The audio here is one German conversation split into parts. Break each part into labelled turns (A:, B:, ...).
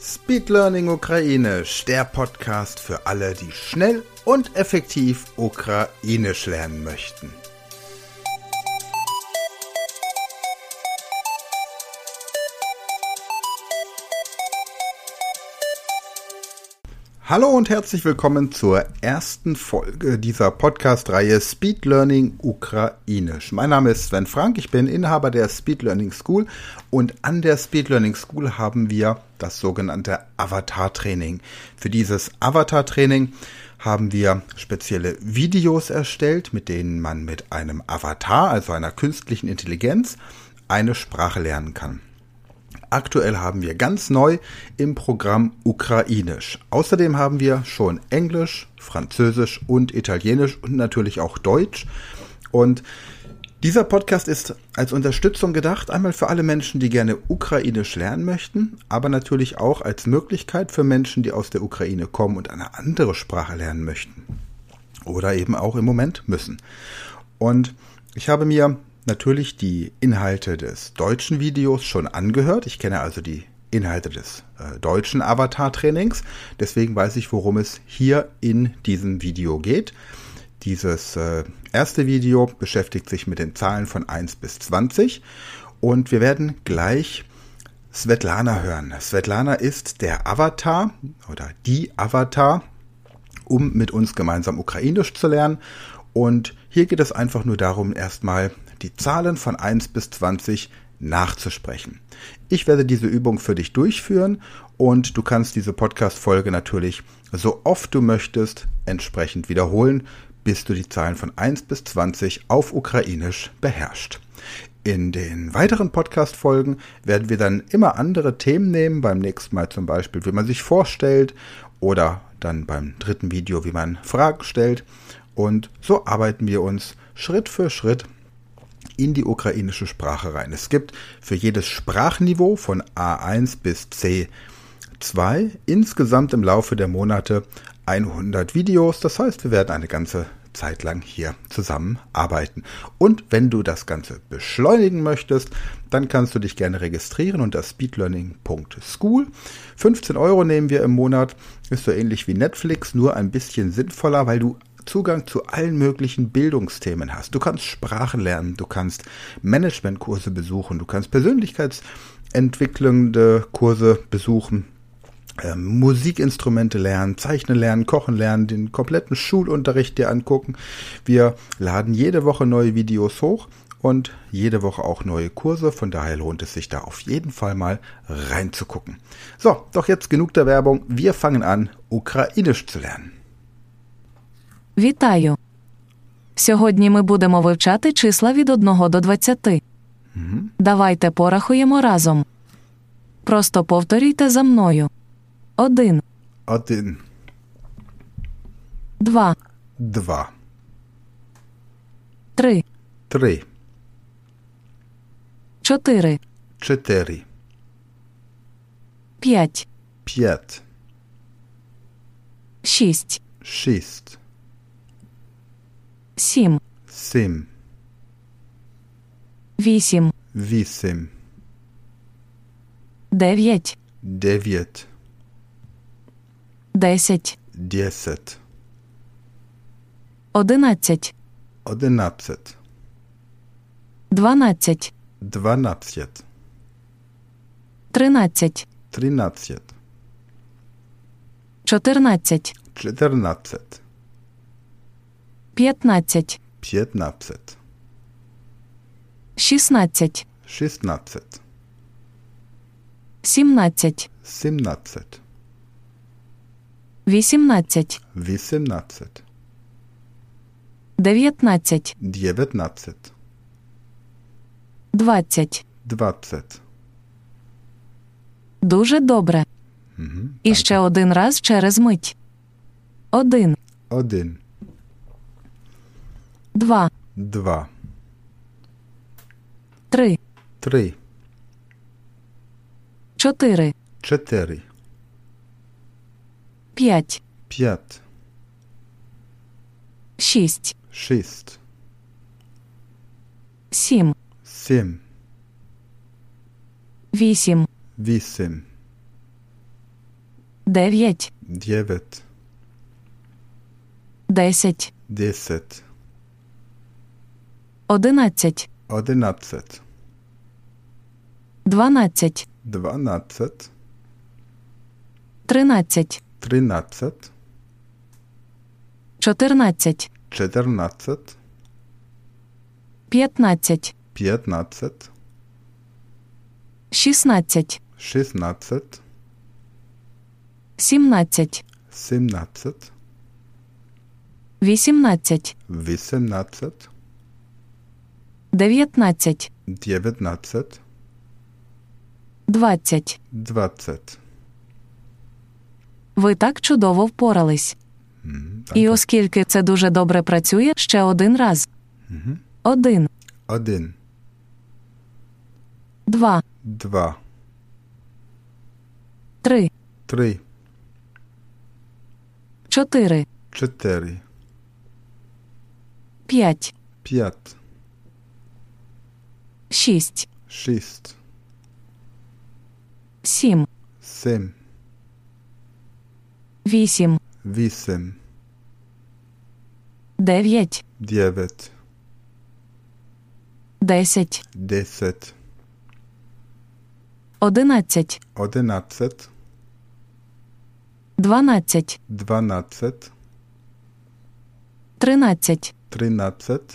A: Speed Learning Ukrainisch, der Podcast für alle, die schnell und effektiv Ukrainisch lernen möchten. Hallo und herzlich willkommen zur ersten Folge dieser Podcast-Reihe Speed Learning Ukrainisch. Mein Name ist Sven Frank, ich bin Inhaber der Speed Learning School und an der Speed Learning School haben wir das sogenannte Avatar-Training. Für dieses Avatar-Training haben wir spezielle Videos erstellt, mit denen man mit einem Avatar, also einer künstlichen Intelligenz, eine Sprache lernen kann. Aktuell haben wir ganz neu im Programm Ukrainisch. Außerdem haben wir schon Englisch, Französisch und Italienisch und natürlich auch Deutsch. Und dieser Podcast ist als Unterstützung gedacht, einmal für alle Menschen, die gerne Ukrainisch lernen möchten, aber natürlich auch als Möglichkeit für Menschen, die aus der Ukraine kommen und eine andere Sprache lernen möchten. Oder eben auch im Moment müssen. Und ich habe mir natürlich die Inhalte des deutschen Videos schon angehört. Ich kenne also die Inhalte des äh, deutschen Avatar-Trainings. Deswegen weiß ich, worum es hier in diesem Video geht. Dieses äh, erste Video beschäftigt sich mit den Zahlen von 1 bis 20. Und wir werden gleich Svetlana hören. Svetlana ist der Avatar oder die Avatar, um mit uns gemeinsam Ukrainisch zu lernen. Und hier geht es einfach nur darum, erstmal die Zahlen von 1 bis 20 nachzusprechen. Ich werde diese Übung für dich durchführen und du kannst diese Podcast-Folge natürlich so oft du möchtest entsprechend wiederholen, bis du die Zahlen von 1 bis 20 auf Ukrainisch beherrschst. In den weiteren Podcast-Folgen werden wir dann immer andere Themen nehmen, beim nächsten Mal zum Beispiel, wie man sich vorstellt oder dann beim dritten Video, wie man Fragen stellt. Und so arbeiten wir uns Schritt für Schritt in die ukrainische Sprache rein. Es gibt für jedes Sprachniveau von A1 bis C2 insgesamt im Laufe der Monate 100 Videos. Das heißt, wir werden eine ganze Zeit lang hier zusammenarbeiten. Und wenn du das Ganze beschleunigen möchtest, dann kannst du dich gerne registrieren unter speedlearning.school. 15 Euro nehmen wir im Monat. Ist so ähnlich wie Netflix, nur ein bisschen sinnvoller, weil du Zugang zu allen möglichen Bildungsthemen hast. Du kannst Sprachen lernen, du kannst Managementkurse besuchen, du kannst persönlichkeitsentwickelnde Kurse besuchen. Äh, Musikinstrumente lernen, Zeichnen lernen, Kochen lernen, den kompletten Schulunterricht dir angucken. Wir laden jede Woche neue Videos hoch und jede Woche auch neue Kurse. Von daher lohnt es sich da auf jeden Fall mal reinzugucken. So, doch jetzt genug der Werbung. Wir fangen an, Ukrainisch zu lernen.
B: Вітаю! Сьогодні ми будемо вивчати числа від 1 до 20. Давайте порахуємо разом. Просто повторюйте за мною. 1,
A: Один,
B: 2,
A: два,
B: 3,
A: три,
B: 4,
A: чотири,
B: 5,
A: п'ять,
B: 6,
A: шість,
B: 7,
A: сім,
B: 8,
A: вісім,
B: 9,
A: дев'ять,
B: 10,
A: десять,
B: 11,
A: одинадцять,
B: 12,
A: дванадцять,
B: 13,
A: тринадцять,
B: 14,
A: чотирнадцять,
B: 15,
A: п'ятнадцять,
B: 16,
A: шістнадцять,
B: 17,
A: сімнадцять,
B: 18,
A: вісімнадцять,
B: 19,
A: дев'ятнадцять,
B: 20.
A: двадцять.
B: Дуже добре. І ще один раз через мить. Один,
A: Один,
B: два,
A: два,
B: три,
A: три,
B: чотири,
A: чотири,
B: п'ять,
A: п'ять,
B: шість,
A: шість,
B: сім,
A: сім,
B: вісім,
A: вісім,
B: 9,
A: 9,
B: 10,
A: 10,
B: 11,
A: 11,
B: 12,
A: 12,
B: 13,
A: 13,
B: 14,
A: 14,
B: 15,
A: 15,
B: 16,
A: 16,
B: 17,
A: 17,
B: 18,
A: 18, 19,
B: 19, 20.
A: 20.
B: Ви так чудово впорались. І оскільки це дуже добре працює, ще один раз. Один,
A: 1,
B: два,
A: 2,
B: три,
A: 3,
B: чотири,
A: 4,
B: п'ять,
A: 5,
B: шість,
A: 6,
B: сім,
A: 7,
B: вісім,
A: 8,
B: дев'ять,
A: 9,
B: десять,
A: 10,
B: одинадцять,
A: 11,
B: дванадцять,
A: 12,
B: тринадцять,
A: 13,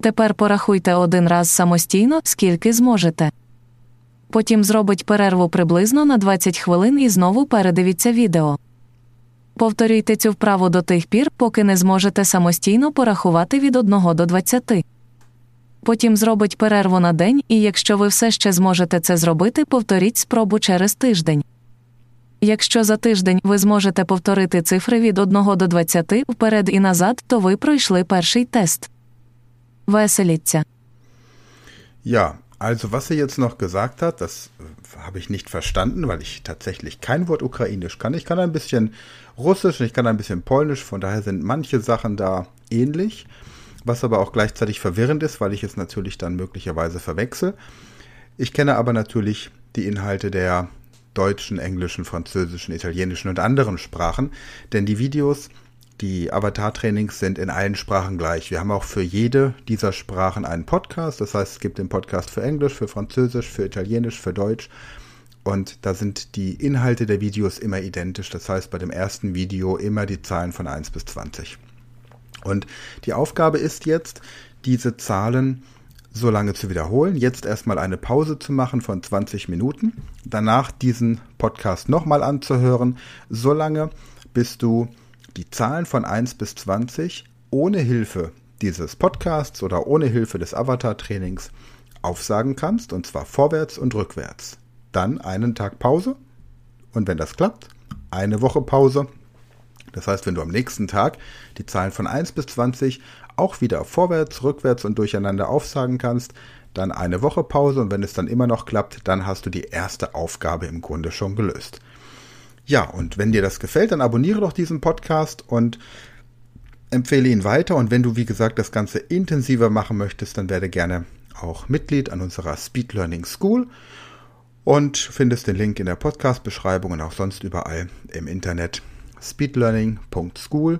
B: Тепер порахуйте один раз самостійно, скільки зможете. Потім зробить перерву приблизно на 20 хвилин і знову передивіться відео. Повторюйте цю вправу до тих пір, поки не зможете самостійно порахувати від 1 до 20. Потім зробить перерву на день, і якщо ви все ще зможете це зробити, повторіть спробу через тиждень. Якщо за тиждень ви зможете повторити цифри від 1 до 20 вперед і назад, то ви пройшли перший тест. Веселіться.
A: Ja, also was sie jetzt noch gesagt hat, das äh, habe ich nicht verstanden, weil ich tatsächlich kein Wort ukrainisch kann. Ich kann ein bisschen russisch und ich kann ein bisschen polnisch, von daher sind manche Sachen da ähnlich, was aber auch gleichzeitig verwirrend ist, weil ich es natürlich dann möglicherweise verwechsel. Ich kenne aber natürlich die Inhalte der deutschen, englischen, französischen, italienischen und anderen Sprachen, denn die Videos, die Avatar-Trainings sind in allen Sprachen gleich. Wir haben auch für jede dieser Sprachen einen Podcast, das heißt es gibt den Podcast für Englisch, für Französisch, für Italienisch, für Deutsch und da sind die Inhalte der Videos immer identisch, das heißt bei dem ersten Video immer die Zahlen von 1 bis 20. Und die Aufgabe ist jetzt, diese Zahlen so lange zu wiederholen, jetzt erstmal eine Pause zu machen von 20 Minuten, danach diesen Podcast nochmal anzuhören, so lange, bis du die Zahlen von 1 bis 20 ohne Hilfe dieses Podcasts oder ohne Hilfe des Avatar-Trainings aufsagen kannst, und zwar vorwärts und rückwärts. Dann einen Tag Pause und wenn das klappt, eine Woche Pause das heißt, wenn du am nächsten Tag die Zahlen von 1 bis 20 auch wieder vorwärts, rückwärts und durcheinander aufsagen kannst, dann eine Woche Pause und wenn es dann immer noch klappt, dann hast du die erste Aufgabe im Grunde schon gelöst. Ja, und wenn dir das gefällt, dann abonniere doch diesen Podcast und empfehle ihn weiter. Und wenn du, wie gesagt, das Ganze intensiver machen möchtest, dann werde gerne auch Mitglied an unserer Speed Learning School und findest den Link in der Podcast-Beschreibung und auch sonst überall im Internet speedlearning.school.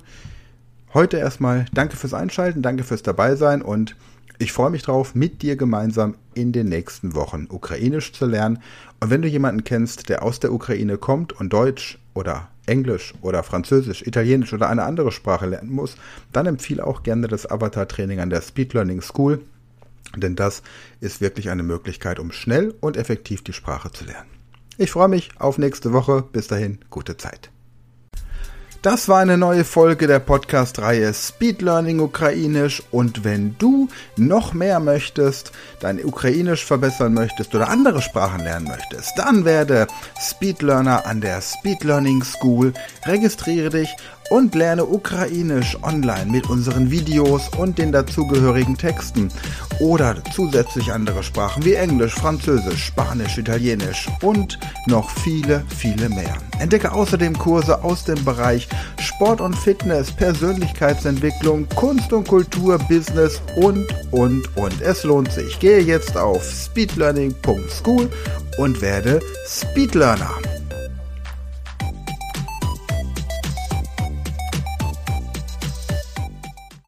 A: Heute erstmal danke fürs Einschalten, danke fürs Dabeisein und ich freue mich drauf, mit dir gemeinsam in den nächsten Wochen Ukrainisch zu lernen. Und wenn du jemanden kennst, der aus der Ukraine kommt und Deutsch oder Englisch oder Französisch, Italienisch oder eine andere Sprache lernen muss, dann empfehle auch gerne das Avatar-Training an der Speed Learning School, denn das ist wirklich eine Möglichkeit, um schnell und effektiv die Sprache zu lernen. Ich freue mich auf nächste Woche. Bis dahin, gute Zeit. Das war eine neue Folge der Podcast-Reihe Speed Learning Ukrainisch. Und wenn du noch mehr möchtest, dein Ukrainisch verbessern möchtest oder andere Sprachen lernen möchtest, dann werde Speedlearner an der Speed Learning School. Registriere dich und lerne Ukrainisch online mit unseren Videos und den dazugehörigen Texten oder zusätzlich andere Sprachen wie Englisch, Französisch, Spanisch, Italienisch und noch viele, viele mehr. Entdecke außerdem Kurse aus dem Bereich Sport und Fitness, Persönlichkeitsentwicklung, Kunst und Kultur, Business und, und, und. Es lohnt sich. Gehe jetzt auf speedlearning.school und werde Speedlearner.